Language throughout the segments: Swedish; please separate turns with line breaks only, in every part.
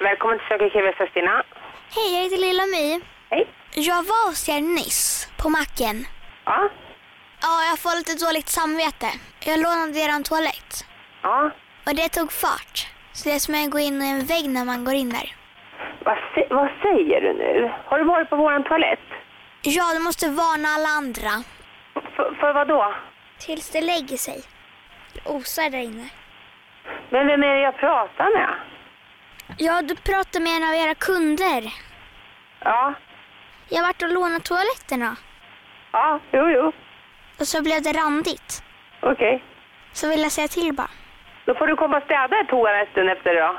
Välkommen till Fröken Kivias och Stina.
Hej, jag heter Lilla My.
Hej.
Jag var hos er nyss, på macken.
Ja.
Ja, jag får lite dåligt samvete. Jag lånade er en toalett.
Ja.
Och det tog fart. Så det är som att gå in i en vägg när man går in där.
Vad, sä- vad säger du nu? Har du varit på våran toalett?
Ja, du måste varna alla andra.
För, för vad då?
Tills det lägger sig. Det osar där inne.
Men vem är det jag pratar med?
Ja, du pratar med en av era kunder.
Ja.
Jag vart och lånade toaletterna.
Ja, jo, jo.
Och så blev det randigt.
Okej.
Så ville jag säga till bara.
Då får du komma och städa i toaletten efter idag.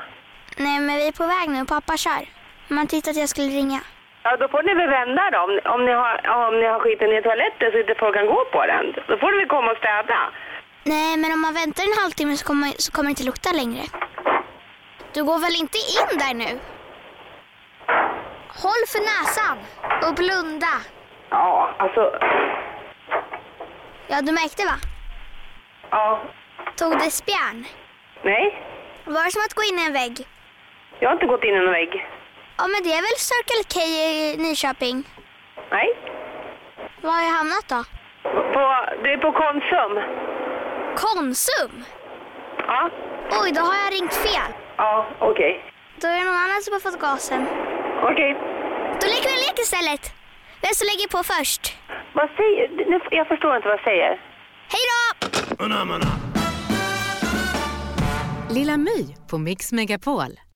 Nej, men vi är på väg nu. Pappa kör. Man tyckte att jag skulle ringa.
Ja, då får ni väl vända då. Om, om, ni har, ja, om ni har skiten i toaletten så inte folk kan gå på den. Då får du väl komma och städa.
Nej, men om man väntar en halvtimme så kommer, så kommer det inte lukta längre. Du går väl inte in där nu? Håll för näsan och blunda.
Ja, alltså.
Ja, du märkte va?
Ja.
Tog det spjärn?
Nej.
Var det som att gå in i en vägg?
Jag har inte gått in i någon vägg.
Ja, men det är väl Circle K i Nyköping?
Nej.
Var har jag hamnat då?
På, det är på Konsum.
Konsum?
Ja.
Oj, då har jag ringt fel.
Ja, okej.
Då är det någon annan som har fått gasen.
Okej.
Då leker vi en lek istället. Vem som lägger på först?
Vad säger nu, Jag förstår inte vad jag säger.
Hej då!
Lilla My på Mix Megapol.